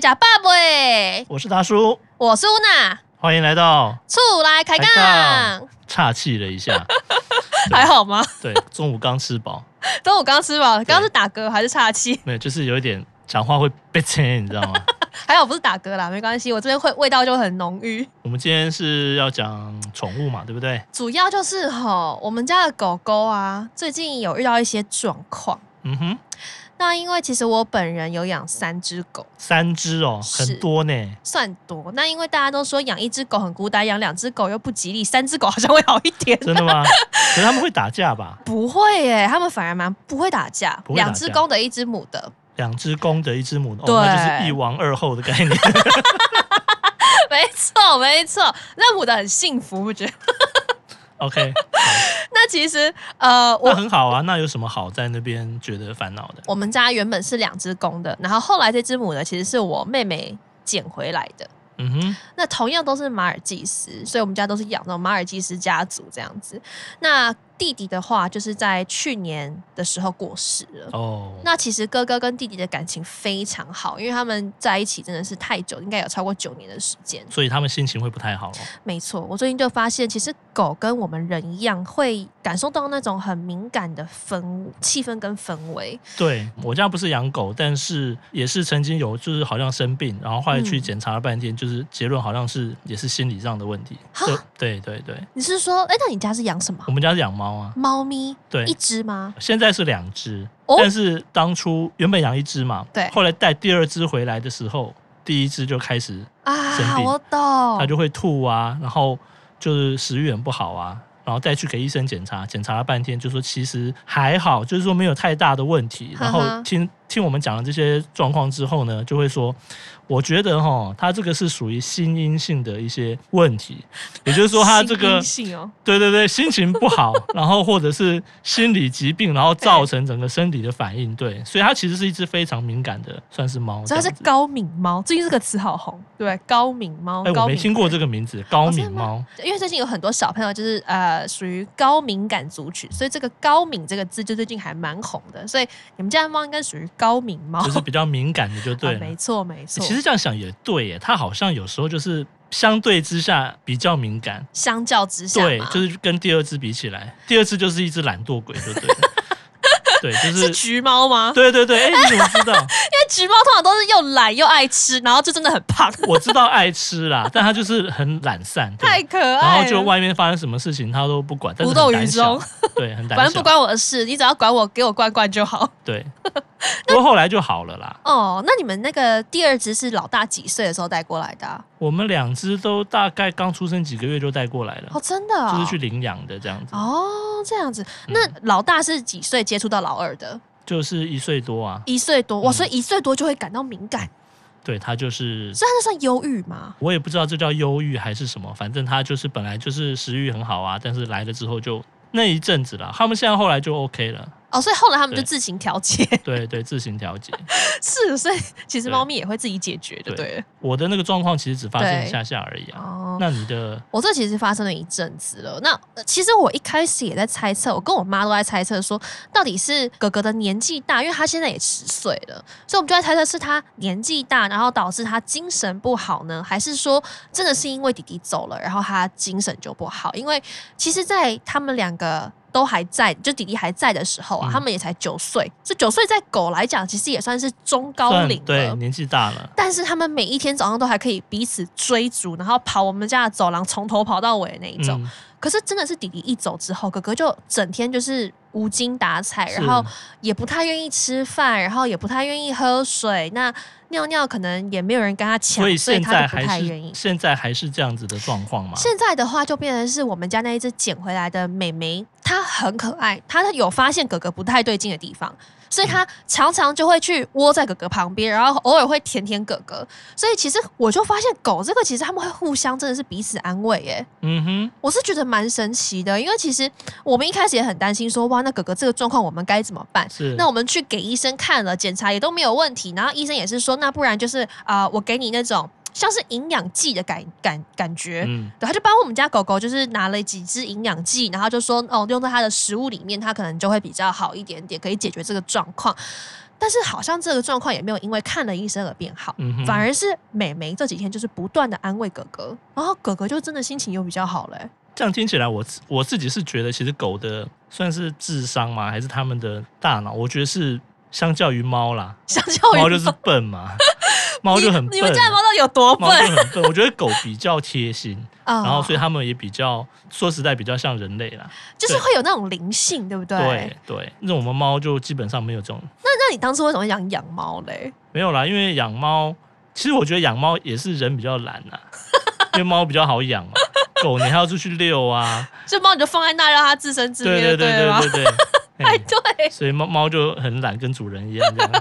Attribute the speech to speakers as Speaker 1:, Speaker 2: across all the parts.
Speaker 1: 假爸爸喂，
Speaker 2: 我是达叔，
Speaker 1: 我是乌娜，
Speaker 2: 欢迎来到。
Speaker 1: 出来开
Speaker 2: 开杠
Speaker 1: 杠，
Speaker 2: 岔气了一下，
Speaker 1: 还好吗？
Speaker 2: 对，中午刚吃饱，
Speaker 1: 等我刚吃饱，刚刚是打嗝还是岔气？
Speaker 2: 没有，就是有一点讲话会被牵，你知道吗？
Speaker 1: 还好不是打嗝啦，没关系，我这边会味道就很浓郁。
Speaker 2: 我们今天是要讲宠物嘛，对不对？
Speaker 1: 主要就是吼，我们家的狗狗啊，最近有遇到一些状况。
Speaker 2: 嗯哼，
Speaker 1: 那因为其实我本人有养三只狗，
Speaker 2: 三只哦，
Speaker 1: 是
Speaker 2: 很多呢。
Speaker 1: 算多。那因为大家都说养一只狗很孤单，养两只狗又不吉利，三只狗好像会好一点。
Speaker 2: 真的 吗？可是他们会打架吧？
Speaker 1: 不会耶，他们反而蛮不会打架，
Speaker 2: 不会打架
Speaker 1: 两只公的，一只母的，
Speaker 2: 两只公的，一只母的，哦，
Speaker 1: 对
Speaker 2: 那就是一王二后的概 念。
Speaker 1: 没错没错。那母的很幸福，不觉得？
Speaker 2: OK，
Speaker 1: 那其实呃，我
Speaker 2: 那 很好啊。那有什么好在那边觉得烦恼的？
Speaker 1: 我们家原本是两只公的，然后后来这只母的其实是我妹妹捡回来的。
Speaker 2: 嗯哼，
Speaker 1: 那同样都是马尔济斯，所以我们家都是养那种马尔济斯家族这样子。那弟弟的话，就是在去年的时候过世了。
Speaker 2: 哦，
Speaker 1: 那其实哥哥跟弟弟的感情非常好，因为他们在一起真的是太久，应该有超过九年的时间。
Speaker 2: 所以他们心情会不太好哦咯。
Speaker 1: 没错，我最近就发现，其实狗跟我们人一样，会感受到那种很敏感的氛气氛跟氛围。
Speaker 2: 对我家不是养狗，但是也是曾经有，就是好像生病，然后后来去
Speaker 1: 嗯
Speaker 2: 检查了半天，就是结论好像是也是心理上的问题。
Speaker 1: 哈
Speaker 2: 就对对对，
Speaker 1: 你是说，哎，那你家是养什么
Speaker 2: 我？们家是养猫啊，
Speaker 1: 猫咪
Speaker 2: 对
Speaker 1: 一，只吗？
Speaker 2: 现在是两只，
Speaker 1: 哦
Speaker 2: 但是当初原本养一只嘛，
Speaker 1: 对
Speaker 2: 后来带第二只回来的时候，第一只就开始生
Speaker 1: 啊，
Speaker 2: 病
Speaker 1: 我懂，
Speaker 2: 它就会吐啊，然后就是食欲很不好啊。然后带去给医生检查，检查了半天，就说其实还好，就是说没有太大的问题。
Speaker 1: 哈
Speaker 2: 然
Speaker 1: 哈
Speaker 2: 后听听我们讲了这些状况之后呢，就会说，我觉得哈，它这个是属于心因性的一些问题，也就是说它这个
Speaker 1: 心因性哦，
Speaker 2: 对对对，心情不好，然后或者是心理疾病，然后造成整个身体的反应。对，所以它其实是一只非常敏感的，算是猫这
Speaker 1: 所以
Speaker 2: 样
Speaker 1: 它
Speaker 2: 子。
Speaker 1: 是高敏猫，最近这个词好红，对，高敏猫，
Speaker 2: 哎，
Speaker 1: 高
Speaker 2: 我没
Speaker 1: 敏哦
Speaker 2: 听过这个名字，高敏猫。
Speaker 1: 因为最近有很多小朋友就是呃属于高敏感族群，所以这个高敏这个字就最近还蛮红的，所以你们家的猫应该属于高敏猫，
Speaker 2: 就是比较敏感的，就对
Speaker 1: 啊
Speaker 2: 了
Speaker 1: 哦没。错没错。
Speaker 2: 其实这样想也对耶，它好像有时候就是相对之下比较敏感，
Speaker 1: 相较之下嘛，
Speaker 2: 对，就是跟第二只比起来，第二只就是一只懒惰鬼，就对了。 对，就是
Speaker 1: 是橘猫吗？
Speaker 2: 对对对，哎、你怎么知道？
Speaker 1: 因为橘猫通常都是又懒又爱吃，然后就真的很 胖，
Speaker 2: 我知道爱吃啦，但它就是很懒散，对
Speaker 1: 太可爱了。
Speaker 2: 然后就外面发生什么事情他都不管，但是
Speaker 1: 无动
Speaker 2: 很
Speaker 1: 于
Speaker 2: 胆小
Speaker 1: 衷，
Speaker 2: 对，很 胆小，
Speaker 1: 反正不关我的事，你只要管我，给我罐罐就 好。
Speaker 2: 对。不过后来就好了啦。
Speaker 1: 哦，那你们那个第二只是老大几岁的时候带过来的、啊？
Speaker 2: 我们两只都大概刚出生几个月就带过来了，
Speaker 1: 哦，真的、哦，
Speaker 2: 就是去嗯领养的这样子，
Speaker 1: 哦，这样子。那老大是几岁接触到老二的？
Speaker 2: 就是一岁多啊。
Speaker 1: 一岁多，哇，
Speaker 2: 嗯
Speaker 1: 所以一岁多就会感到敏感，
Speaker 2: 对，它就是
Speaker 1: 所以他就算忧郁嘛。
Speaker 2: 我也不知道这叫忧郁还是什么，反正他就是本来就是食欲很好啊，但是来了之后就那一阵子啦，他们现在后来就 OK 了，
Speaker 1: 哦，所以后来他们就
Speaker 2: 对
Speaker 1: 自行调节，
Speaker 2: 对对，自行调节。
Speaker 1: 是，所以其实
Speaker 2: 对
Speaker 1: 猫咪也会自己解决，对不
Speaker 2: 对
Speaker 1: 对了？
Speaker 2: 我的那个状况其实只发生
Speaker 1: 对
Speaker 2: 一下下而已啊。
Speaker 1: 哦，
Speaker 2: 那你的
Speaker 1: 我这其实发生了一阵子了。那呃其实我一开始也在猜测，我跟我妈都在猜测说，到底是哥哥的年纪大，因为他现在也十岁了，所以我们就在猜测是他年纪大，然后导致他精神不好呢，还是说真的是因为弟弟走了，然后他精神就不好？因为其实，在他们两个。都还在，就弟弟还在的时候啊，
Speaker 2: 嗯
Speaker 1: 他们也才九岁，这九岁在狗来讲，其实也算是中高
Speaker 2: 算
Speaker 1: 龄了。
Speaker 2: 对年纪大了。
Speaker 1: 但是他们每一天早上都还可以彼此追逐，然后跑我们家的走廊，从头跑到尾那一种。
Speaker 2: 嗯，
Speaker 1: 可是真的是弟弟一走之后，哥哥就整天就是无精打采，
Speaker 2: 是
Speaker 1: 然后也不太愿意吃饭，然后也不太愿意喝水。那尿尿可能也没有人跟他抢，
Speaker 2: 所以
Speaker 1: 所以
Speaker 2: 现
Speaker 1: 他
Speaker 2: 在
Speaker 1: 就不太
Speaker 2: 还
Speaker 1: 愿意
Speaker 2: 是。现在还是这样子的状况嘛？
Speaker 1: 现在的话，就变成是我们家那一只捡回来的美眉，她很可爱，她有发现哥哥不太对劲的地方，所以
Speaker 2: 嗯
Speaker 1: 她常常就会去窝在哥哥旁边，然后偶尔会舔舔哥哥。所以其实我就发现狗这个，其实他们会互相真的是彼此安慰耶。
Speaker 2: 嗯哼，
Speaker 1: 我是觉得蛮神奇的，因为其实我们一开始也很担心说，哇，那哥哥这个状况我们该怎么办？
Speaker 2: 是。
Speaker 1: 那我们去给医生看了，检查也都没有问题，然后医生也是说，那不然就是啊、呃我给你那种像是营养剂的感感感觉，
Speaker 2: 嗯，
Speaker 1: 对，他就帮我们家狗狗就是拿了几支营养剂，然后就说哦，用在它的食物里面，它可能就会比较好一点点，可以解决这个状况。但是好像这个状况也没有因为看了医生而变好，
Speaker 2: 嗯哼，
Speaker 1: 反而是美眉这几天就是不断的安慰哥哥，然后哥哥就真的心情又比较好了欸、
Speaker 2: 这样听起来我自，我自己是觉得，其实狗的算是智商吗？还是他们的大脑？我觉得是相较于猫啦，
Speaker 1: 相较于
Speaker 2: 猫就是笨嘛， 猫就很
Speaker 1: 你
Speaker 2: 笨
Speaker 1: 你们家的猫到底有多
Speaker 2: 猫就
Speaker 1: 笨
Speaker 2: 很笨。我觉得狗比较贴心，
Speaker 1: 啊？
Speaker 2: 然后所以
Speaker 1: 以
Speaker 2: 他们也比较说实在比较像人类啦。
Speaker 1: 就是会有那种灵性，对不对？
Speaker 2: 对对，那我们猫就基本上没有这种
Speaker 1: 那那你当初为什么想养猫嘞？
Speaker 2: 没有啦，因为养猫，其实我觉得养猫也是人比较懒 啊，因为猫比较好养嘛，狗你还要出去遛啊，
Speaker 1: 这猫你就放在那，让它自生自灭，
Speaker 2: 对对
Speaker 1: 了吗？
Speaker 2: 对对对，
Speaker 1: 哎，
Speaker 2: 哎，
Speaker 1: 对，
Speaker 2: 所以猫猫就很懒，跟主人一样 这样。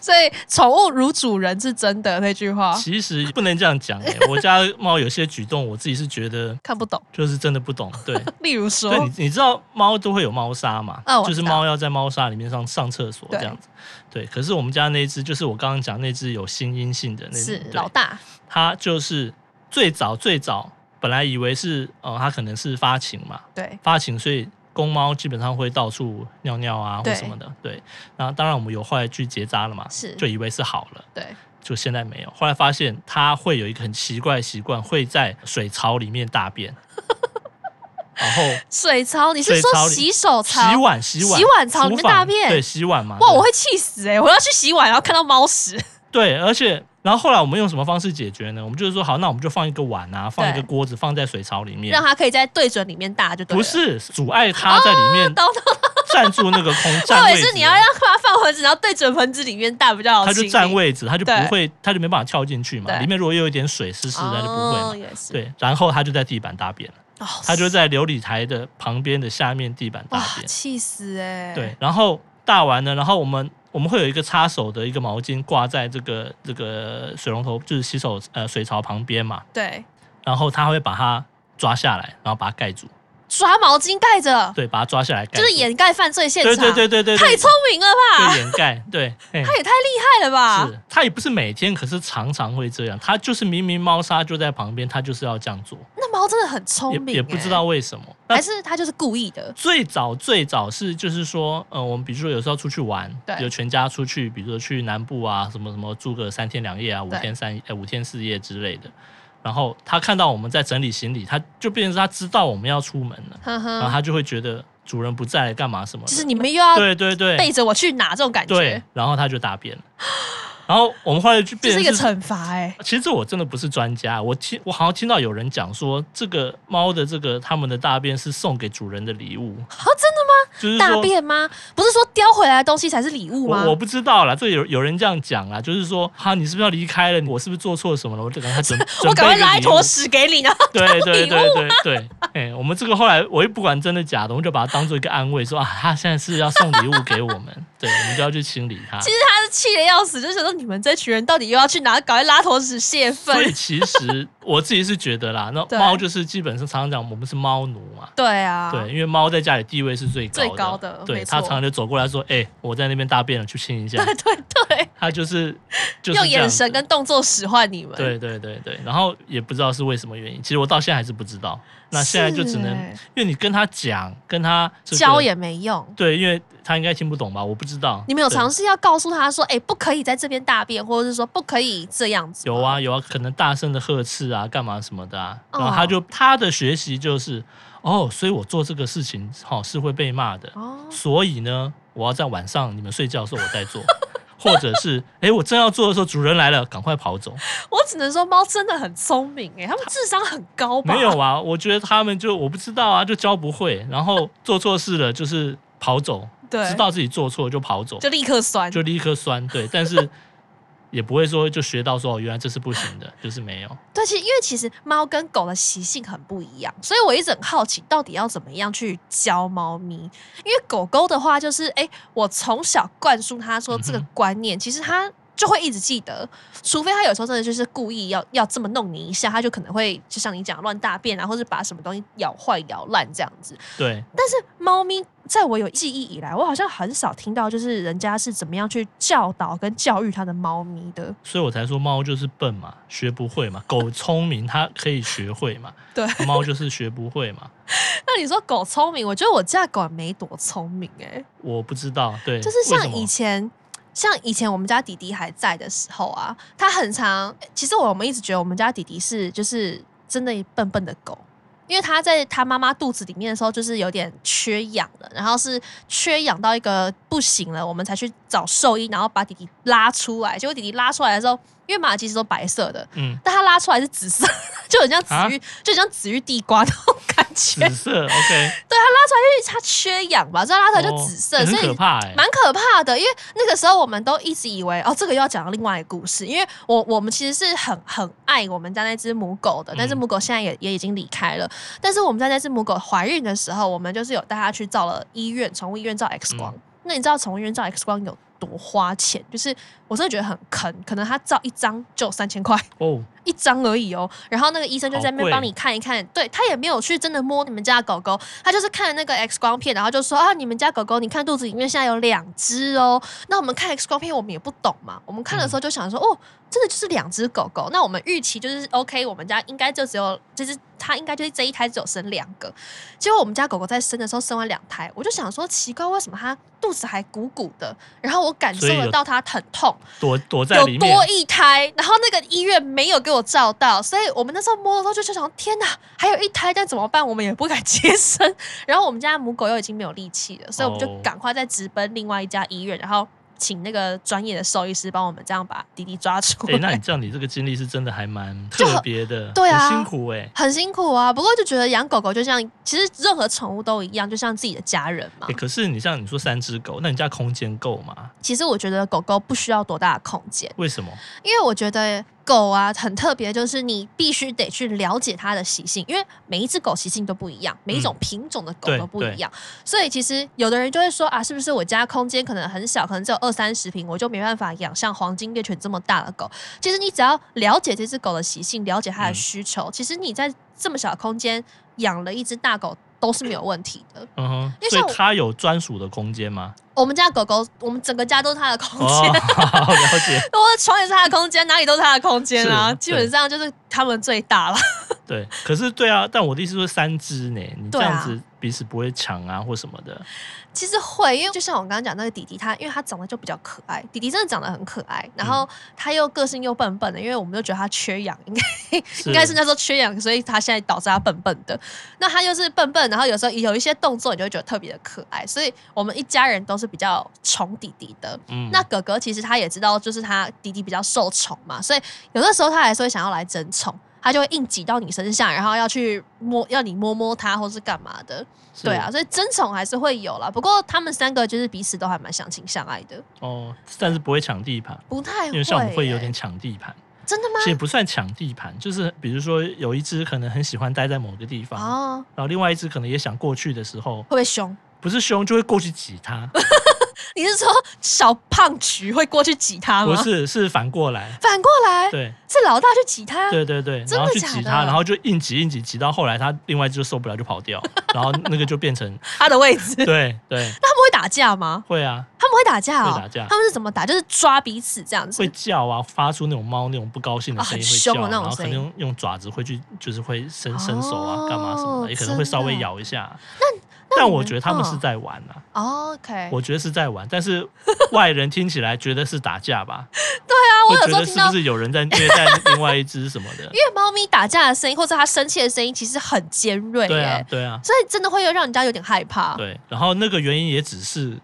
Speaker 1: 所以宠物如主人是真的那句话，
Speaker 2: 其实不能这样讲 哎、我家猫有些举动，我自己是觉得
Speaker 1: 看不懂。
Speaker 2: 就是真的不懂。 对，
Speaker 1: 例如
Speaker 2: 对
Speaker 1: 说
Speaker 2: 你，你知道猫都会有猫砂嘛？
Speaker 1: 啊我
Speaker 2: 就
Speaker 1: 知
Speaker 2: 是
Speaker 1: 道
Speaker 2: 猫要在猫砂里面上上厕所
Speaker 1: 对
Speaker 2: 这样子。对，可是我们家那只就是我刚刚讲那只有心阴性的那只
Speaker 1: 是，老
Speaker 2: 对
Speaker 1: 大
Speaker 2: 它就是最早最早本来以为是呃它可能是发情嘛，
Speaker 1: 对
Speaker 2: 发情，所以公猫基本上会到处尿尿啊或
Speaker 1: 对
Speaker 2: 什么的。对，然后当然我们有后来去结扎了嘛，
Speaker 1: 是
Speaker 2: 就以为是好了。
Speaker 1: 对，
Speaker 2: 就现在没有。后来发现它会有一个很奇怪的习惯，会在水槽里面大 便，然后
Speaker 1: 水槽，你是
Speaker 2: 水槽
Speaker 1: 说
Speaker 2: 里
Speaker 1: 洗手槽？
Speaker 2: 洗碗、洗碗、
Speaker 1: 洗碗槽里面
Speaker 2: 厨房
Speaker 1: 大便
Speaker 2: 对，洗碗嘛。
Speaker 1: 哇，
Speaker 2: 对
Speaker 1: 我会气死哎、我要去洗碗，然后看到猫 屎，
Speaker 2: 对，而且然后后来我们用什么方式解决呢？我们就是说，好，那我们就放一个碗啊，放一个锅子，放在水槽里面
Speaker 1: 让。它可以在对准里面大就对了。哦
Speaker 2: 不，是阻碍它在里面
Speaker 1: 懂懂，
Speaker 2: 占住那个空占
Speaker 1: 我以
Speaker 2: 位
Speaker 1: 为
Speaker 2: 置
Speaker 1: 是，你要让它放盆子，然后对准盆子里面大比较好
Speaker 2: 它
Speaker 1: 清
Speaker 2: 就
Speaker 1: 理。
Speaker 2: 占位置，它就不
Speaker 1: 对
Speaker 2: 会，它就没办法跳进去嘛。
Speaker 1: 对
Speaker 2: 里面如果又有一点水湿湿的，它就不会
Speaker 1: 哦
Speaker 2: 嘛。
Speaker 1: 也是，
Speaker 2: 对，然后它就在地板大便。
Speaker 1: 哦，
Speaker 2: 它就在琉璃台的旁边的下面地板大
Speaker 1: 哇
Speaker 2: 便。
Speaker 1: 气死哎、
Speaker 2: 对，，然后大完呢，然后我们我们会有一个擦手的一个毛巾挂在这个这个水龙头，就是洗手呃水槽旁边嘛，
Speaker 1: 对，
Speaker 2: 然后他会把它抓下来，然后把它盖住，
Speaker 1: 抓毛巾盖着，
Speaker 2: 对，把它抓下来盖
Speaker 1: 就
Speaker 2: 住，
Speaker 1: 是掩盖犯罪现场。
Speaker 2: 对对对对对，对
Speaker 1: 太聪明了吧！
Speaker 2: 对掩盖， 对，嘿
Speaker 1: 他也太厉害了吧！
Speaker 2: 是，他也不是每天，可是常常会这样。他就是明明猫砂就在旁边，他就是要这样做，
Speaker 1: 那猫真的很聪
Speaker 2: 也
Speaker 1: 明、
Speaker 2: 也不知道为什么。那
Speaker 1: 欸，还是它就是故意的。
Speaker 2: 最早最早是就是说，呃，我们比如说有时候出去玩，
Speaker 1: 对
Speaker 2: 有全家出去，比如说去南部啊，什么什么住个三天两夜啊，五
Speaker 1: 对
Speaker 2: 天三呃五天四夜之类的。然后他看到我们在整理行李，他就变成是他知道我们要出门了，
Speaker 1: 呵
Speaker 2: 然后
Speaker 1: 呵，
Speaker 2: 他就会觉得主人不在干嘛什么 的，
Speaker 1: 就是你们又要
Speaker 2: 啊对对
Speaker 1: 背
Speaker 2: 对
Speaker 1: 着我去哪这种感
Speaker 2: 对
Speaker 1: 觉，，
Speaker 2: 然后他就大便了。然后我们后来
Speaker 1: 这
Speaker 2: 就变
Speaker 1: 是
Speaker 2: 成
Speaker 1: 一个
Speaker 2: 是
Speaker 1: 惩罚哎。
Speaker 2: 其实我真的不是专家，我听我好像听到有人讲说，这个猫的这个它们的大便是送给主人的礼物啊，真的吗？就是
Speaker 1: 大
Speaker 2: 说
Speaker 1: 便吗？不是说叼回来的东西才是礼物吗
Speaker 2: 我？我不知道啦，这有有人这样讲啦，就是说哈，你是不是要离开了？我是不是做错什么了？我就赶快准
Speaker 1: 我
Speaker 2: 准备
Speaker 1: 赶快
Speaker 2: 一个
Speaker 1: 拿一
Speaker 2: 礼
Speaker 1: 坨
Speaker 2: 物
Speaker 1: 屎给你，然后
Speaker 2: 对对对
Speaker 1: 礼
Speaker 2: 对对， 哎，我们这个后来我也不管真的假的，我们就把它当做一个安慰，说啊，他现在是要送礼物给我们， 对，我们就要去清理它。
Speaker 1: 其实他是气得要死，就觉得你们这群人到底又要去哪？赶快拉坨屎泄
Speaker 2: 所以
Speaker 1: 愤。
Speaker 2: 其实我自己是觉得啦，那
Speaker 1: 对
Speaker 2: 猫就是基本上常常讲我们是猫奴嘛，
Speaker 1: 对啊，
Speaker 2: 对，因为猫在家里地位是最高的，
Speaker 1: 最高的
Speaker 2: 对，
Speaker 1: 没错
Speaker 2: 它常常就走过来说：“哎、我在那边大便了，去亲一 下。
Speaker 1: 对对对”
Speaker 2: 它就是就
Speaker 1: 用
Speaker 2: 是这样
Speaker 1: 眼
Speaker 2: 子
Speaker 1: 神跟动作使唤你们。
Speaker 2: 对对对对，然后也不知道是为什么原因，其实我到现在还是不知道。那现在就只能，
Speaker 1: 是欸
Speaker 2: 因为你跟他讲，跟他、这个、
Speaker 1: 教也没用。
Speaker 2: 对，因为他应该听不懂吧？我不知道。
Speaker 1: 你们有
Speaker 2: 对
Speaker 1: 尝试要告诉他说，哎、不可以在这边大便，或者是说不可以这样子？
Speaker 2: 有，啊有啊，可能大声的呵斥啊，干嘛什么的啊。然后
Speaker 1: 哦
Speaker 2: 他就、他的学习就是，哦，所以我做这个事情好、是会被骂的，
Speaker 1: 哦，
Speaker 2: 所以呢，我要在晚上你们睡觉的时候我再做，或者是哎我正要做的时候主人来了，赶快跑走。
Speaker 1: 我只能说猫真的很聪明、哎，它们智商很高吧？
Speaker 2: 没有啊，我觉得他们就我不知道啊，就教不会，然后做错事了就是跑走，
Speaker 1: 对，
Speaker 2: 知道自己做错就跑走，
Speaker 1: 就立刻酸。
Speaker 2: 就立刻酸，对，但是也不会说就学到说哦，原来这是不行的，就是没有。
Speaker 1: 对，其实因为其实猫跟狗的习性很不一样，所以我一直很好奇，到底要怎么样去教猫咪？因为狗狗的话，就是哎、我从小灌输它说这个
Speaker 2: 嗯哼
Speaker 1: 观念，其实它。就会一直记得，除非它有时候真的就是故意要要这么弄你一下，它就可能会就像你讲乱大便啊，或是把什么东西咬坏、咬烂这样子。
Speaker 2: 对，
Speaker 1: 但是猫咪，在我有记忆以来，我好像很少听到就是人家是怎么样去教导跟教育它的猫咪的。
Speaker 2: 所以我才说猫就是笨嘛，学不会嘛，狗聪明它可以学会嘛，
Speaker 1: 对，
Speaker 2: 猫就是学不会嘛。
Speaker 1: 那你说狗聪明？我觉得我家狗也没多聪明哎、
Speaker 2: 我不知道，对，
Speaker 1: 就是
Speaker 2: 为什
Speaker 1: 像
Speaker 2: 么
Speaker 1: 以前像以前我们家弟弟还在的时候啊，他很常，其实我们一直觉得我们家弟弟是就是真的笨笨的狗。因为他在他妈妈肚子里面的时候，就是有点缺氧了，然后是缺氧到一个不行了，我们才去找兽医，然后把弟弟拉出来。结果弟弟拉出来的时候，因为马其实都白色的，
Speaker 2: 嗯，
Speaker 1: 但他拉出来是紫色，就很像紫
Speaker 2: 啊
Speaker 1: 玉，就很像紫玉地瓜那种感觉。
Speaker 2: 紫色，OK，
Speaker 1: 因为他缺氧吧，所以他拉出来就紫色，
Speaker 2: 哦欸
Speaker 1: 所
Speaker 2: 很可
Speaker 1: 以
Speaker 2: 怕哎、
Speaker 1: 蛮可怕的。因为那个时候我们都一直以为，哦，这个又要讲到另外一个故事。因为我我们其实是很很爱我们家那只母狗的，但是
Speaker 2: 嗯
Speaker 1: 母狗现在也也已经离开了。但是我们在那只母狗怀孕的时候，我们就是有带它去照了医院，宠物医院照 X 光。那你知道宠物医院照 X 光有多花钱？就是我真的觉得很坑，可能它照一张就三千块。
Speaker 2: 哦，
Speaker 1: 一张而已哦。然后那个医生就在那
Speaker 2: 好
Speaker 1: 边
Speaker 2: 贵
Speaker 1: 帮你看一看，对他也没有去真的摸你们家的狗狗，他就是看了那个 X 光片，然后就说啊，你们家狗狗，你看肚子里面现在有两只哦。那我们看 X 光片，我们也不懂嘛，我们看
Speaker 2: 嗯
Speaker 1: 的时候就想说，哦，真的就是两只狗狗。那我们预期就是 OK，我们家应该就只有，就是它应该就是这一胎只有生两个。结果我们家狗狗在生的时候生完两胎，我就想说奇怪，为什么它肚子还鼓鼓的？然后我感受
Speaker 2: 所以
Speaker 1: 得
Speaker 2: 有
Speaker 1: 到它疼痛，
Speaker 2: 躲躲在
Speaker 1: 有
Speaker 2: 里面，
Speaker 1: 多一胎，然后那个医院没有给我照到，所以我们那时候摸的时候就就想，天哪，还有一胎，但怎么办？我们也不敢接生。然后我们家母狗又已经没有力气了，所以我们就
Speaker 2: 哦
Speaker 1: 赶快再直奔另外一家医院，然后请那个专业的兽医师帮我们这样把弟弟抓出
Speaker 2: 哎、
Speaker 1: 来。
Speaker 2: 那你这样，你这个经历是真的还蛮
Speaker 1: 就很
Speaker 2: 特别的，
Speaker 1: 对啊
Speaker 2: 很辛苦哎、欸
Speaker 1: 很辛苦啊，不过就觉得养狗狗就像，其实任何宠物都一样，就像自己的家人嘛。
Speaker 2: 哎可是你像你说三只狗，那你家空间够吗？
Speaker 1: 其实我觉得狗狗不需要多大的空间，
Speaker 2: 为什么？
Speaker 1: 因为我觉得狗啊很特别，就是你必须得去了解它的习性，因为每一只狗习性都不一样，每一种品种的狗
Speaker 2: 对
Speaker 1: 都不一样，所以其实有的人就会说啊，是不是我家空间可能很小，可能只有二三十平，我就没办法养像黄金猎犬这么大的狗。其实你只要了解这只狗的习性，了解它的
Speaker 2: 嗯
Speaker 1: 需求，其实你在这么小的空间养了一只大狗都是没有问题的。
Speaker 2: 嗯哼
Speaker 1: 因为，
Speaker 2: 所以
Speaker 1: 像我
Speaker 2: 它有专属的空间吗？
Speaker 1: 我们家狗狗，我们整个家都是它的空
Speaker 2: 哦，
Speaker 1: 间。
Speaker 2: 好了解。
Speaker 1: 我的床也是他的空间，哪里都是他的空间啊，
Speaker 2: 是
Speaker 1: 基本上就是他们最大了。
Speaker 2: 对，可是对啊，但我的意思说三只呢，你这
Speaker 1: 对啊
Speaker 2: 样子彼此不会抢啊或什么的。
Speaker 1: 其实会，因为就像我刚刚讲那个弟弟他，因为他长得就比较可爱，弟弟真的长得很可爱，然后他又个性又笨笨的，因为我们就觉得他缺氧， 应该应该是那时候缺氧，所以他现在导致他笨笨的。那他又是笨笨，然后有时候有一些动作，你就会觉得特别的可爱，所以我们一家人都是比较宠弟弟的。
Speaker 2: 嗯
Speaker 1: 那哥哥其实他也知道，就是他弟弟比较受宠嘛，所以有的时候他还是会想要来争宠，他就会硬挤到你身上，然后要去摸，要你摸摸他或是干嘛的。
Speaker 2: 是
Speaker 1: 对啊，所以争宠还是会有啦。不过他们三个就是彼此都还蛮相亲相爱的，
Speaker 2: 哦，但是不会抢地盘，
Speaker 1: 不太会、
Speaker 2: 因
Speaker 1: 欸。
Speaker 2: 为像我们会有点抢地盘，
Speaker 1: 真的吗？
Speaker 2: 其实不算抢地盘，就是比如说有一只可能很喜欢待在某个地方，
Speaker 1: 哦，
Speaker 2: 然后另外一只可能也想过去的时候
Speaker 1: 会，不会凶？
Speaker 2: 不是凶就会过去 挤它，
Speaker 1: 你是说小胖橘会过去挤他
Speaker 2: 不
Speaker 1: 吗？
Speaker 2: 是是反过来，
Speaker 1: 反过来
Speaker 2: 对
Speaker 1: 是老大去挤他，
Speaker 2: 对对对，
Speaker 1: 真的
Speaker 2: 然后去
Speaker 1: 假
Speaker 2: 挤
Speaker 1: 的
Speaker 2: 它，然后就硬挤硬挤，挤到后来它另外一只就受不了就跑掉，然后那个就变成
Speaker 1: 他的位置。 那
Speaker 2: 对对
Speaker 1: 他们会打架吗？
Speaker 2: 会啊
Speaker 1: 他们会打架哦。
Speaker 2: 会打架
Speaker 1: 他们是怎么打？就是抓彼此这样子。
Speaker 2: 会叫啊，发出那种猫那种不高兴的
Speaker 1: 啊
Speaker 2: 声音
Speaker 1: 很
Speaker 2: 会
Speaker 1: 凶
Speaker 2: 叫，
Speaker 1: 的那
Speaker 2: 然
Speaker 1: 种
Speaker 2: 后可
Speaker 1: 声
Speaker 2: 能
Speaker 1: 音
Speaker 2: 用用爪子会去就是会伸伸手啊
Speaker 1: 哦
Speaker 2: 干嘛什么的，也可能会
Speaker 1: 真
Speaker 2: 稍微
Speaker 1: 的
Speaker 2: 咬一下。
Speaker 1: 那
Speaker 2: 但
Speaker 1: 你
Speaker 2: 我
Speaker 1: 们
Speaker 2: 觉得他们是
Speaker 1: 嗯
Speaker 2: 在玩啊，
Speaker 1: 哦 OK，
Speaker 2: 我觉得是在玩，但是 外人听起来觉得是打架吧？对啊
Speaker 1: 我有时
Speaker 2: 觉
Speaker 1: 候
Speaker 2: 得
Speaker 1: 听
Speaker 2: 是不
Speaker 1: 到
Speaker 2: 是有人在虐待另外一只什么 的
Speaker 1: 因？为猫咪打架的声音或者它生气的声音其实很尖锐
Speaker 2: 对
Speaker 1: 耶，，
Speaker 2: 啊
Speaker 1: 啊
Speaker 2: 对啊，
Speaker 1: 所以真的会让人家有点害怕。
Speaker 2: 对。然后那个原因也只是，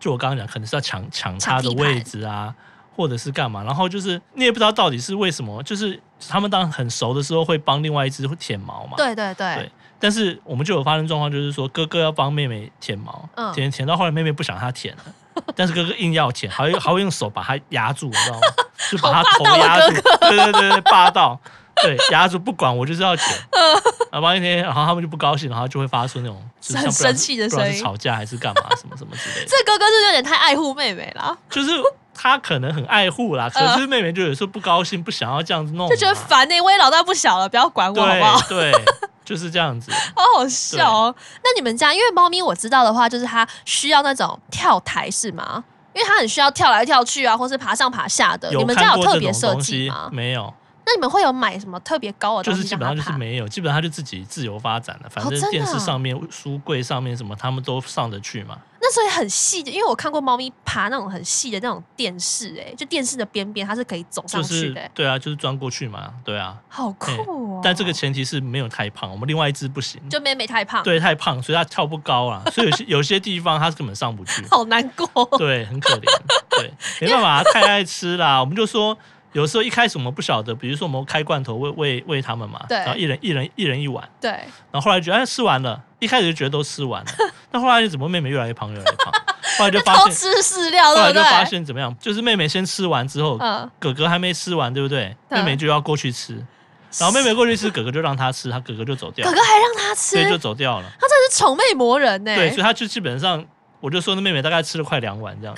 Speaker 2: 就我刚刚讲，可能是要抢抢它的
Speaker 1: 抢地盘
Speaker 2: 位置啊，或者是干嘛。然后就是你也不知道到底是为什么，就是他们当很熟的时候会帮另外一只会舔毛嘛。
Speaker 1: 对对对
Speaker 2: 对但是我们就有发生状况，就是说哥哥要帮妹妹舔毛，
Speaker 1: 嗯
Speaker 2: 舔舔到后来妹妹不想他舔 了，但是哥哥硬要舔，还会还会用手把他压住，你知道 吗？就把他头压住，对对对对，霸道，对压住不管我就是要舔，
Speaker 1: 嗯
Speaker 2: 然后半天，然后他们就不高兴，然后就会发出那种就是像
Speaker 1: 很
Speaker 2: 不知道
Speaker 1: 生气的
Speaker 2: 不知道
Speaker 1: 声
Speaker 2: 是
Speaker 1: 音
Speaker 2: 吵架还是干嘛什么什么之 类的，
Speaker 1: 这哥哥是有点太爱护妹妹啦，
Speaker 2: 就是他可能很爱护啦，可是妹妹就有时候不高兴，不想要这样子弄
Speaker 1: 嗯
Speaker 2: 嘛，
Speaker 1: 就觉得烦呢、欸。我也老大不小了，不要管我好不好？
Speaker 2: 啊对对，就是这样子。
Speaker 1: 好好笑哦。那你们家，因为猫咪我知道的话，就是它需要那种跳台是吗？因为它很需要跳来跳去啊，或是爬上爬下的。
Speaker 2: 有
Speaker 1: 你们
Speaker 2: 看
Speaker 1: 家有
Speaker 2: 过
Speaker 1: 特
Speaker 2: 这
Speaker 1: 别
Speaker 2: 种
Speaker 1: 设
Speaker 2: 东
Speaker 1: 计
Speaker 2: 西
Speaker 1: 吗？
Speaker 2: 没有，
Speaker 1: 那你们会有买什么特别高的
Speaker 2: 就
Speaker 1: 东
Speaker 2: 是
Speaker 1: 西
Speaker 2: 基
Speaker 1: 让
Speaker 2: 本
Speaker 1: 它
Speaker 2: 上就是
Speaker 1: 爬？
Speaker 2: 没有，基本上他就自己自由发展了。反
Speaker 1: 真
Speaker 2: 正
Speaker 1: 的
Speaker 2: 电视
Speaker 1: 啊
Speaker 2: 上面、书柜上面什么，他们都上得去嘛。
Speaker 1: 那那时候也很细的，因为我看过猫咪爬那种很细的那种电视、欸，哎，就电视的边边它是可以走上
Speaker 2: 就
Speaker 1: 去
Speaker 2: 是
Speaker 1: 的、欸
Speaker 2: 对啊，就是钻过去嘛，对啊。
Speaker 1: 好酷哦、
Speaker 2: 但这个前提是没有太胖，我们另外一只不行，
Speaker 1: 就妹妹太胖，
Speaker 2: 对，太胖，所以它跳不高啊，所以有些有些地方它是根本上 不去，
Speaker 1: 好难过哦。
Speaker 2: 对，很可怜，对，没办法，它太爱吃啦。我们就说，有时候一开始我们不晓得，比如说我们开罐头喂喂喂它们嘛，
Speaker 1: 对
Speaker 2: 然后一人一人一人一碗，
Speaker 1: 对，
Speaker 2: 然后后来觉得哎吃完了，一开始就觉得都吃 完了，但后来怎么妹妹越来越胖越来越胖，后来就发
Speaker 1: 偷
Speaker 2: 现，
Speaker 1: 吃饲料，
Speaker 2: 后
Speaker 1: 对
Speaker 2: 来
Speaker 1: 不
Speaker 2: 就发
Speaker 1: 对？
Speaker 2: 现怎么样，就是妹妹先吃完之后，
Speaker 1: 嗯，
Speaker 2: 哥哥还没吃完，对不对？
Speaker 1: 嗯
Speaker 2: 妹妹就要过去吃，然后妹妹过去吃，哥哥就让她吃，她哥哥就走掉
Speaker 1: 哥，哥还让它吃，
Speaker 2: 啊对，就
Speaker 1: 它
Speaker 2: 走掉了。
Speaker 1: 真的是宠妹魔人欸呢、
Speaker 2: 对，所以他就基本上，我就说那妹妹大概吃了快 两碗这样。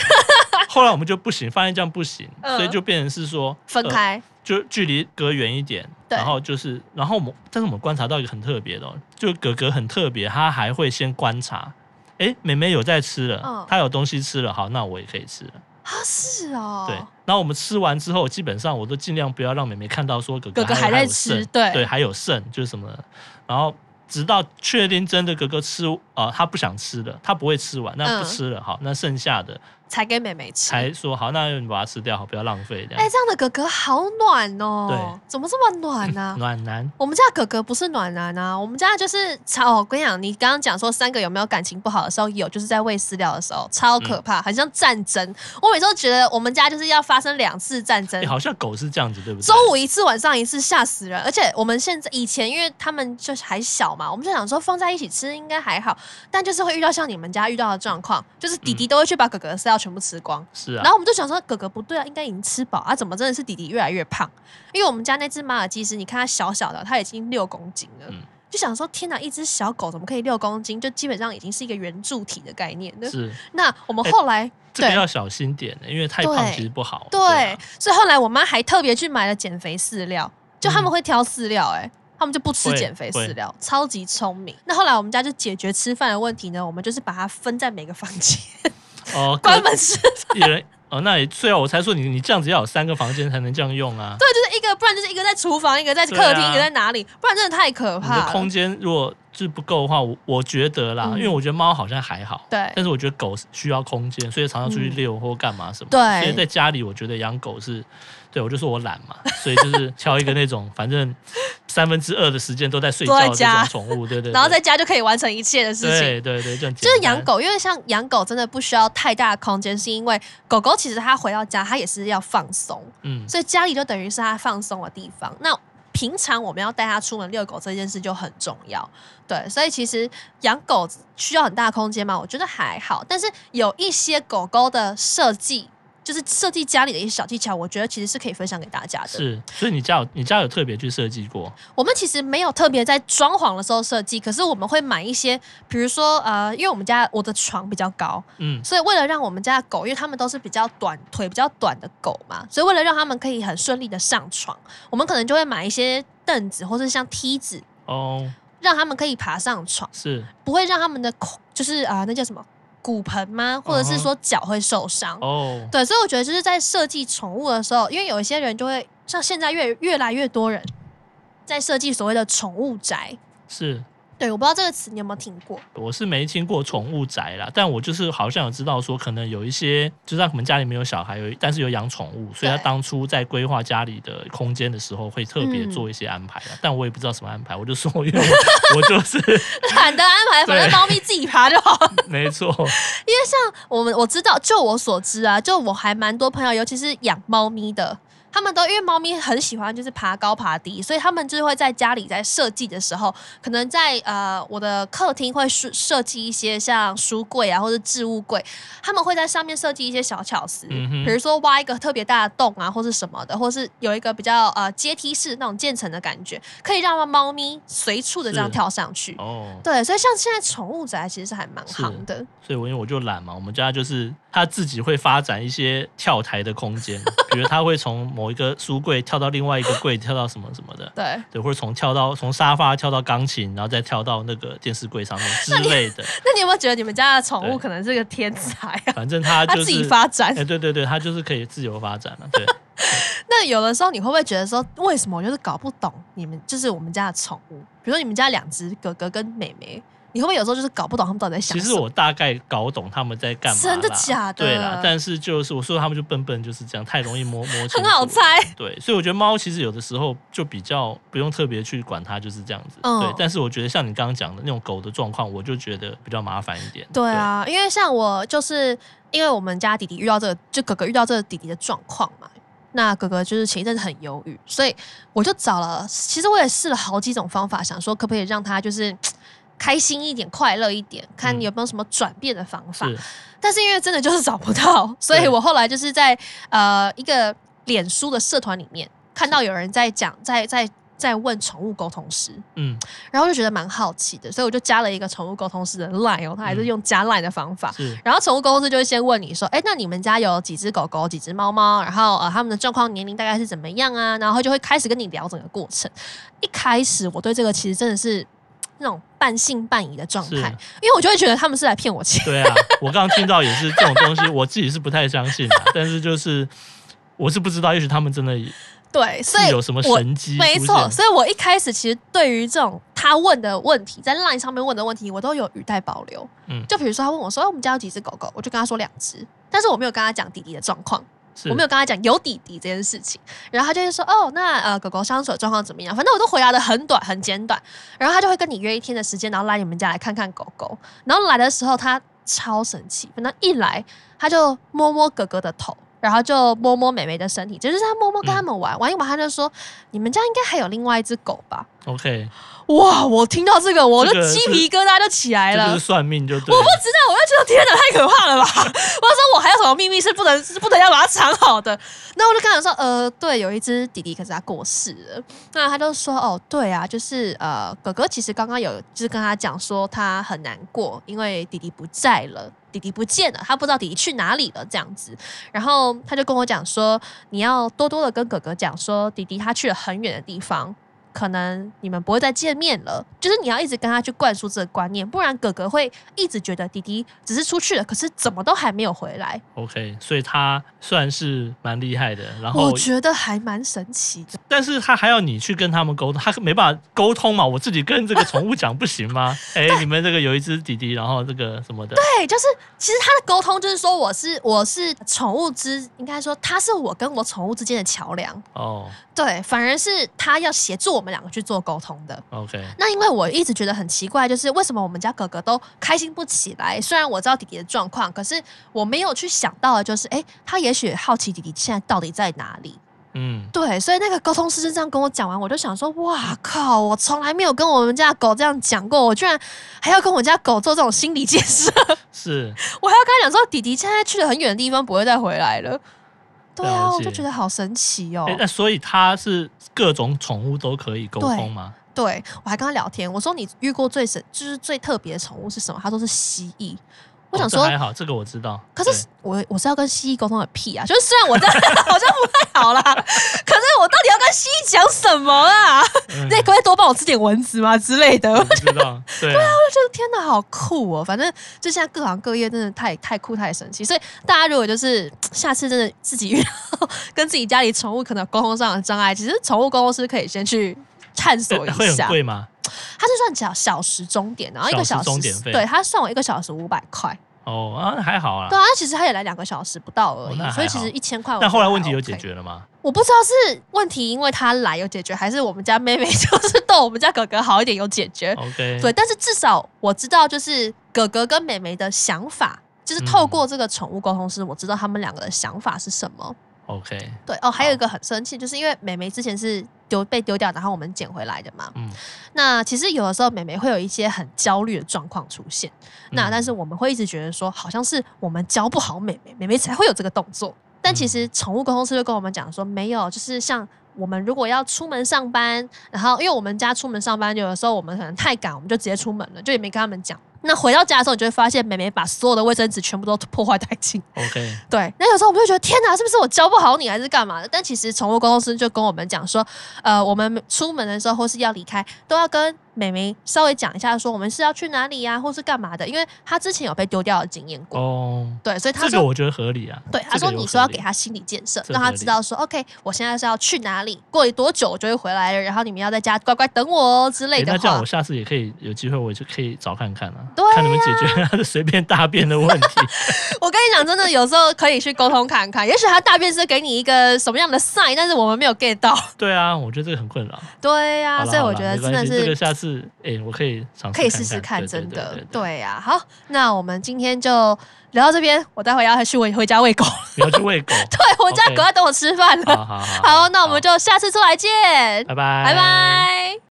Speaker 2: 后来我们就不行，发现这样不行，
Speaker 1: 嗯
Speaker 2: 所以就变成是说
Speaker 1: 分，
Speaker 2: 呃
Speaker 1: 开，
Speaker 2: 就距离隔远一点。
Speaker 1: 对
Speaker 2: 然后就是，然后我们，但是我们观察到一个很特别的、哦，就哥哥很特别，他还会先观察，诶，妹妹有在吃
Speaker 1: 嗯
Speaker 2: 了，她有东西吃了，好，那我也可以吃了。
Speaker 1: 啊、是哦，
Speaker 2: 呃对，然后我们吃完之后，基本上我都尽量不要让妹妹看到说哥
Speaker 1: 哥哥
Speaker 2: 还
Speaker 1: 还在
Speaker 2: 有
Speaker 1: 吃
Speaker 2: 剩
Speaker 1: 对
Speaker 2: 对，还有剩就是什么的，然后直到确定真的哥哥吃啊，他不想吃了，他不会吃完，那
Speaker 1: 嗯
Speaker 2: 不吃了，好，那剩下的
Speaker 1: 才给妹妹吃。
Speaker 2: 才说好，那你把它吃掉，好，不要浪费这
Speaker 1: 哎、
Speaker 2: 样。
Speaker 1: 这样的哥哥好暖哦、
Speaker 2: 对
Speaker 1: 怎么这么暖呢、
Speaker 2: 暖男，
Speaker 1: 我们家的哥哥不是暖男啊，我们家就是超。哦我跟你讲，你刚刚讲说三个有没有感情不好的时候，有，就是在喂饲料的时候，超
Speaker 2: 嗯
Speaker 1: 可怕，很像战争。我每次都觉得我们家就是要发生两次战争
Speaker 2: 哎，。好像狗是这样子，对不对？
Speaker 1: 中午一次，晚上一次，吓死人！而且我们现在以前，因为他们就是还小嘛，我们就想说放在一起吃应该还好，但就是会遇到像你们家遇到的状况，就是弟弟都会去把哥哥的饲料全部吃光，
Speaker 2: 是嗯啊
Speaker 1: 然，后我们就想说，哥哥不对啊，应该已经吃饱啊，怎么真的是弟弟越来越胖？因为我们家那只马尔济斯，你看它小小的，它已经六公斤了，
Speaker 2: 嗯
Speaker 1: 就想说，天哪，一只小狗怎么可以六公斤？就基本上已经是一个圆柱体的概念了。
Speaker 2: 是
Speaker 1: 那我们
Speaker 2: 哎
Speaker 1: 后来、
Speaker 2: 这个
Speaker 1: 对
Speaker 2: 要小心点，欸因为太
Speaker 1: 对
Speaker 2: 胖其实不好。
Speaker 1: 对，
Speaker 2: 啊
Speaker 1: 所以后来我妈还特别去买了减肥饲料，就他们会挑饲料、哎、他们就不吃
Speaker 2: 嗯会
Speaker 1: 减肥饲料，超级聪明。那后来我们家就解决吃饭的问题呢，我们就是把它分在每个房间，
Speaker 2: 哦，各
Speaker 1: 关门吃
Speaker 2: 一人哦，那也对啊，我才说你你这样子要有三个房间才能这样用啊。
Speaker 1: 对，就是一个，不然就是一个在厨房，一个在客厅，
Speaker 2: 对啊
Speaker 1: 一个在哪里，不然真的太可
Speaker 2: 你的
Speaker 1: 怕
Speaker 2: 空
Speaker 1: 了。
Speaker 2: 间如果是不够的话，我我觉得啦，
Speaker 1: 嗯
Speaker 2: 因为我觉得猫好像还好，
Speaker 1: 对嗯
Speaker 2: 但是我觉得狗是需要空间，所以常常出去遛或干嘛什么。
Speaker 1: 对
Speaker 2: 所以在家里，我觉得养狗是，对我就说我懒 嘛，所以就是挑一个那种反正三分之二的时间都在睡觉的
Speaker 1: 都在家
Speaker 2: 这种宠物，对对对，
Speaker 1: 然后在家就可以完成一切的事情。
Speaker 2: 对对对，这样
Speaker 1: 就是
Speaker 2: 简单
Speaker 1: 养。狗，因为像养狗真的不需要太大的空间，是因为狗狗其实它回到家，它也是要放松，
Speaker 2: 嗯，
Speaker 1: 所以家里就等于是它放松的地方。那平常我们要带它出门遛狗这件事就很重要，对，所以其实养狗需要很大的空间嘛，我觉得还好，但是有一些狗狗的设计，就是设计家里的一些小技巧，我觉得其实是可以分享给大家的。
Speaker 2: 是，所以你家有你家有特别去设计过，
Speaker 1: 我们其实没有特别在装潢的时候设计，可是我们会买一些，比如说呃，因为我们家我的床比较高，
Speaker 2: 嗯，
Speaker 1: 所以为了让我们家的狗，因为它们都是比较短腿比较短的狗嘛，所以为了让它们可以很顺利的上床，我们可能就会买一些凳子或是像梯子，
Speaker 2: 哦，
Speaker 1: 让它们可以爬上床，
Speaker 2: 是，
Speaker 1: 不会让它们的口就是啊、呃那叫什么骨盆吗？或者是说脚会受伤。
Speaker 2: 哦，
Speaker 1: 对，所以我觉得就是在设计宠物的时候，因为有一些人就会像现在越越来越多人在设计所谓的宠物宅。
Speaker 2: 是，
Speaker 1: 对，我不知道这个词你有没有听过？
Speaker 2: 我是没听过宠物宅啦，但我就是好像有知道说，可能有一些，就算我们家里没有小孩，有但是有养宠物，所以他
Speaker 1: 对
Speaker 2: 当初在规划家里的空间的时候，会特别
Speaker 1: 嗯
Speaker 2: 做一些安排啦、但我也不知道什么安排，我就说，因为我 我就是
Speaker 1: 懒得安排，反正
Speaker 2: 对
Speaker 1: 猫咪自己爬就好。
Speaker 2: 没错，
Speaker 1: 我们我知道，就我所知啊，就我还蛮多朋友，尤其是养猫咪的，他们都因为猫咪很喜欢就是爬高爬低，所以他们就是会在家里在设计的时候，可能在呃我的客厅会设设计一些像书柜啊或者置物柜，他们会在上面设计一些小巧思，
Speaker 2: 嗯哼
Speaker 1: 比如说挖一个特别大的洞啊，或是什么的，或是有一个比较呃阶梯式那种渐层的感觉，可以让猫咪随处的这样
Speaker 2: 是
Speaker 1: 跳上去。
Speaker 2: 哦，
Speaker 1: 对，所以像现在宠物宅其实是还蛮行的。
Speaker 2: 所以我因为我就懒嘛，我们家就是他自己会发展一些跳台的空间，比如他会从某一个书柜跳到另外一个柜，跳到什么什么的。
Speaker 1: 对，
Speaker 2: 对，或者从跳到从沙发跳到钢琴，然后再跳到那个电视柜上面之类的。
Speaker 1: 那你有没有觉得你们家的宠物
Speaker 2: 对
Speaker 1: 可能是个天才啊？
Speaker 2: 反正 他
Speaker 1: 它
Speaker 2: 就是
Speaker 1: 自己发展
Speaker 2: 哎、。对对对，它就是可以自由发展了。 对，
Speaker 1: 那有的时候你会不会觉得说，为什么我就是搞不懂你们，就是我们家的宠物？比如说你们家两只哥哥跟妹妹，你会不会有时候就是搞不懂他们到底在想
Speaker 2: 其
Speaker 1: 什么？
Speaker 2: 实我大概搞懂他们在干嘛啦，
Speaker 1: 真的假的
Speaker 2: 对啦，但是就是我说他们就笨笨就是这样，太容易摸摸清楚
Speaker 1: 很好猜。
Speaker 2: 对，所以我觉得猫其实有的时候就比较不用特别去管它，就是这样子。
Speaker 1: 嗯
Speaker 2: 对，但是我觉得像你刚刚讲的那种狗的状况，我就觉得比较麻烦一点。
Speaker 1: 对啊，因为像我就是因为我们家弟弟遇到这个，就哥哥遇到这个弟弟的状况嘛。那哥哥就是前一阵子很忧郁，所以我就找了，其实我也试了好几种方法，想说可不可以让他就是开心一点、快乐一点，看
Speaker 2: 嗯
Speaker 1: 有没有什么转变的方法。
Speaker 2: 对，是，
Speaker 1: 但是因为真的就是找不到， 所以
Speaker 2: 对
Speaker 1: 我后来就是在呃一个脸书的社团里面看到有人在讲，在在在问宠物沟通师，
Speaker 2: 嗯，
Speaker 1: 然后就觉得蛮好奇的，所以我就加了一个宠物沟通师的 line 哦，他还是
Speaker 2: 嗯
Speaker 1: 用加 line 的方法。
Speaker 2: 是，
Speaker 1: 然后宠物沟通师就会先问你说，哎，那你们家有几只狗狗、几只猫猫？然后呃，他们的状况、年龄大概是怎么样啊？然后就会开始跟你聊整个过程。一开始我对这个其实真的是那种半信半疑的状
Speaker 2: 是
Speaker 1: 态，因为我就会觉得他们是来骗我钱。
Speaker 2: 对啊。我刚刚听到也是这种东西，我自己是不太相信的，但是就是我是不知道，也许他们真的
Speaker 1: 对，所以
Speaker 2: 是有什么
Speaker 1: 我
Speaker 2: 神机
Speaker 1: 没
Speaker 2: 出
Speaker 1: 错，
Speaker 2: 现
Speaker 1: 所以我一开始其实对于这种他问的问题，在 LINE 上面问的问题，我都有语带保留。
Speaker 2: 嗯
Speaker 1: 就比如说他问我说哎：“我们家有几只狗狗？”我就跟他说两只，但是我没有跟他讲弟弟的状况，
Speaker 2: 是
Speaker 1: 我没有跟他讲有弟弟这件事情。然后他就会说：“哦，那呃，狗狗相处的状况怎么样？”反正我都回答的很短很简短。然后他就会跟你约一天的时间，然后来你们家来看看狗狗。然后来的时候他超神奇，反正一来他就摸摸哥哥的头，然后就摸摸妹妹的身体，就是他摸摸跟他们玩、玩一玩，他就说：“你们家应该还有另外一只狗吧
Speaker 2: OK，？”
Speaker 1: 哇！我听到这个，我就
Speaker 2: 这个是
Speaker 1: 鸡皮疙瘩就起来
Speaker 2: 这
Speaker 1: 了。
Speaker 2: 就是算命就对了。
Speaker 1: 不知道，我就觉得天哪，太可怕了吧！ 我就说我还有什么秘密是不能是不能要把它藏好的？那我就跟他说，呃，对，有一只弟弟，可是他过世了。那他就说，哦，对啊，就是呃，哥哥其实刚刚有就是跟他讲说他很难过，因为弟弟不在了。弟弟不见了，他不知道弟弟去哪里了，这样子。然后他就跟我讲说，你要多多的跟哥哥讲说，弟弟他去了很远的地方，可能你们不会再见面了，就是你要一直跟他去灌输这个观念，不然哥哥会一直觉得弟弟只是出去了，可是怎么都还没有回来。
Speaker 2: OK，所以他算是蛮厉害的，然后
Speaker 1: 我觉得还蛮神奇的，
Speaker 2: 但是他还要你去跟他们沟通，他没办法沟通嘛，我自己跟这个宠物讲不行吗？哎、你们这个有一只弟弟，然后这个什么的，
Speaker 1: 对，就是其实他的沟通就是说我是我是宠物之，应该说他是我跟我宠物之间的桥梁，
Speaker 2: 哦
Speaker 1: 对，反而是他要协助我们两个去做沟通的。
Speaker 2: ，OK，
Speaker 1: 那因为我一直觉得很奇怪，就是为什么我们家哥哥都开心不起来？虽然我知道弟弟的状况，可是我没有去想到的就是，诶，他也许好奇弟弟现在到底在哪里。
Speaker 2: 嗯，
Speaker 1: 对，所以那个沟通师就这样跟我讲完，我就想说，哇靠，我从来没有跟我们家的狗这样讲过，我居然还要跟我家狗做这种心理建设，
Speaker 2: 是
Speaker 1: 我还要跟他讲说，弟弟现在去了很远的地方，不会再回来了。对啊，
Speaker 2: 了解
Speaker 1: 我就觉得好神奇哦
Speaker 2: 哎、。那所以他是各种宠物都可以沟通吗？
Speaker 1: 对我还跟他聊天，我说你遇过最神就是最特别的宠物是什么？他说是蜥蜴。我
Speaker 2: 哦
Speaker 1: 想
Speaker 2: 这
Speaker 1: 说，
Speaker 2: 还好，这个我知道。
Speaker 1: 可是我我是要跟蜥蜴沟通的屁啊！就是虽然我这样 好像不太好啦，可是我到底要跟蜥蜴讲什么啊？
Speaker 2: 对 嗯
Speaker 1: 那可不可以多帮我吃点蚊子吗之类的？我
Speaker 2: 我不知道，
Speaker 1: 就觉
Speaker 2: 对啊，
Speaker 1: 得天哪，好酷哦！反正就现在各行各业真的太太酷太神奇，所以大家如果就是下次真的自己遇到跟自己家里宠物可能有沟通上的障碍，其实宠物沟通师可以先去探索
Speaker 2: 会
Speaker 1: 一
Speaker 2: 很
Speaker 1: 下。
Speaker 2: 贵吗？
Speaker 1: 它是算小小时钟点，然后一个小
Speaker 2: 小
Speaker 1: 时
Speaker 2: 时钟点费
Speaker 1: 对，它算我一个小时五百块。
Speaker 2: 哦啊，那还好啊
Speaker 1: 对。啊，它其实它也来两个小时不到而
Speaker 2: 哦
Speaker 1: 已，
Speaker 2: 那还
Speaker 1: 所以其
Speaker 2: 好
Speaker 1: 实一千块。
Speaker 2: 那后来问题有解？决了吗？
Speaker 1: 我不知道是问题因为他来有解决，还是我们家妹妹就是 逗我
Speaker 2: 哦
Speaker 1: 们家哥哥好一点有解决。
Speaker 2: OK，
Speaker 1: 对，但是至少我知道，就是哥哥跟妹妹的想法，
Speaker 2: 嗯
Speaker 1: 就是透过这个宠物沟通师，我知道他们两个的想法是什么。
Speaker 2: ，OK，
Speaker 1: 对哦，还有一个很生气，就是因为妹妹之前是丢被丢掉，然后我们捡回来的嘛。
Speaker 2: 嗯，
Speaker 1: 那其实有的时候妹妹会有一些很焦虑的状况出现，那
Speaker 2: 嗯
Speaker 1: 但是我们会一直觉得说，好像是我们教不好妹妹，妹妹才会有这个动作。但其
Speaker 2: 嗯
Speaker 1: 实宠物沟通师就跟我们讲说，没有，就是像我们如果要出门上班，然后因为我们家出门上班，有的时候我们可能太赶，我们就直接出门了，就也没跟他们讲。那回到家的时候，你就会发现妹妹把所有的卫生纸全部都破坏殆尽。
Speaker 2: ，OK，
Speaker 1: 对，那有时候我们就觉得天哪，是不是我教不好你，还啊是干嘛的？但其实宠物沟通师就跟我们讲说，呃，我们出门的时候或是要离开，都要跟妹妹稍微讲一下，说我们是要去哪里呀、或是干嘛的，因为她之前有被丢掉的经验过，
Speaker 2: 哦，
Speaker 1: 对，所以她
Speaker 2: 这
Speaker 1: 说
Speaker 2: 个我觉得合理啊。
Speaker 1: 对，
Speaker 2: 这
Speaker 1: 他
Speaker 2: 个
Speaker 1: 说
Speaker 2: 有
Speaker 1: 你
Speaker 2: 合
Speaker 1: 说要
Speaker 2: 理
Speaker 1: 给他心理建设，
Speaker 2: 这
Speaker 1: 让他
Speaker 2: 合
Speaker 1: 知
Speaker 2: 理
Speaker 1: 道说，OK，我现在是要去哪里，过了多久我就会回来了，然后你们要在家乖乖等我哦之类
Speaker 2: 诶
Speaker 1: 的
Speaker 2: 那这样
Speaker 1: 话
Speaker 2: 我。下次也可以有机会，我就可以找看看啊，
Speaker 1: 对啊
Speaker 2: 看你们解决他的随便大便的问 题。
Speaker 1: 我跟你讲，真的有时候可以去沟通看看，也许他大便是给你一个什么样的 sign，但是我们没有 get 到。
Speaker 2: 对啊，我觉得这个很困扰。
Speaker 1: 对呀、
Speaker 2: 好啦
Speaker 1: 所以我
Speaker 2: 好啦
Speaker 1: 觉得
Speaker 2: 没
Speaker 1: 真
Speaker 2: 关
Speaker 1: 的
Speaker 2: 系这个
Speaker 1: 是
Speaker 2: 下次哎、我可以尝试
Speaker 1: 可以试试看，
Speaker 2: 对对
Speaker 1: 真的
Speaker 2: 对， 对，
Speaker 1: 对呀、好，那我们今天就聊到这边，我待会要去回回家喂狗，
Speaker 2: 你要去喂 狗。
Speaker 1: 对我家
Speaker 2: OK
Speaker 1: 狗在等我吃饭了。
Speaker 2: 好好好，
Speaker 1: 好，那我们
Speaker 2: 就
Speaker 1: 就下次出来见，
Speaker 2: 拜拜，
Speaker 1: 拜拜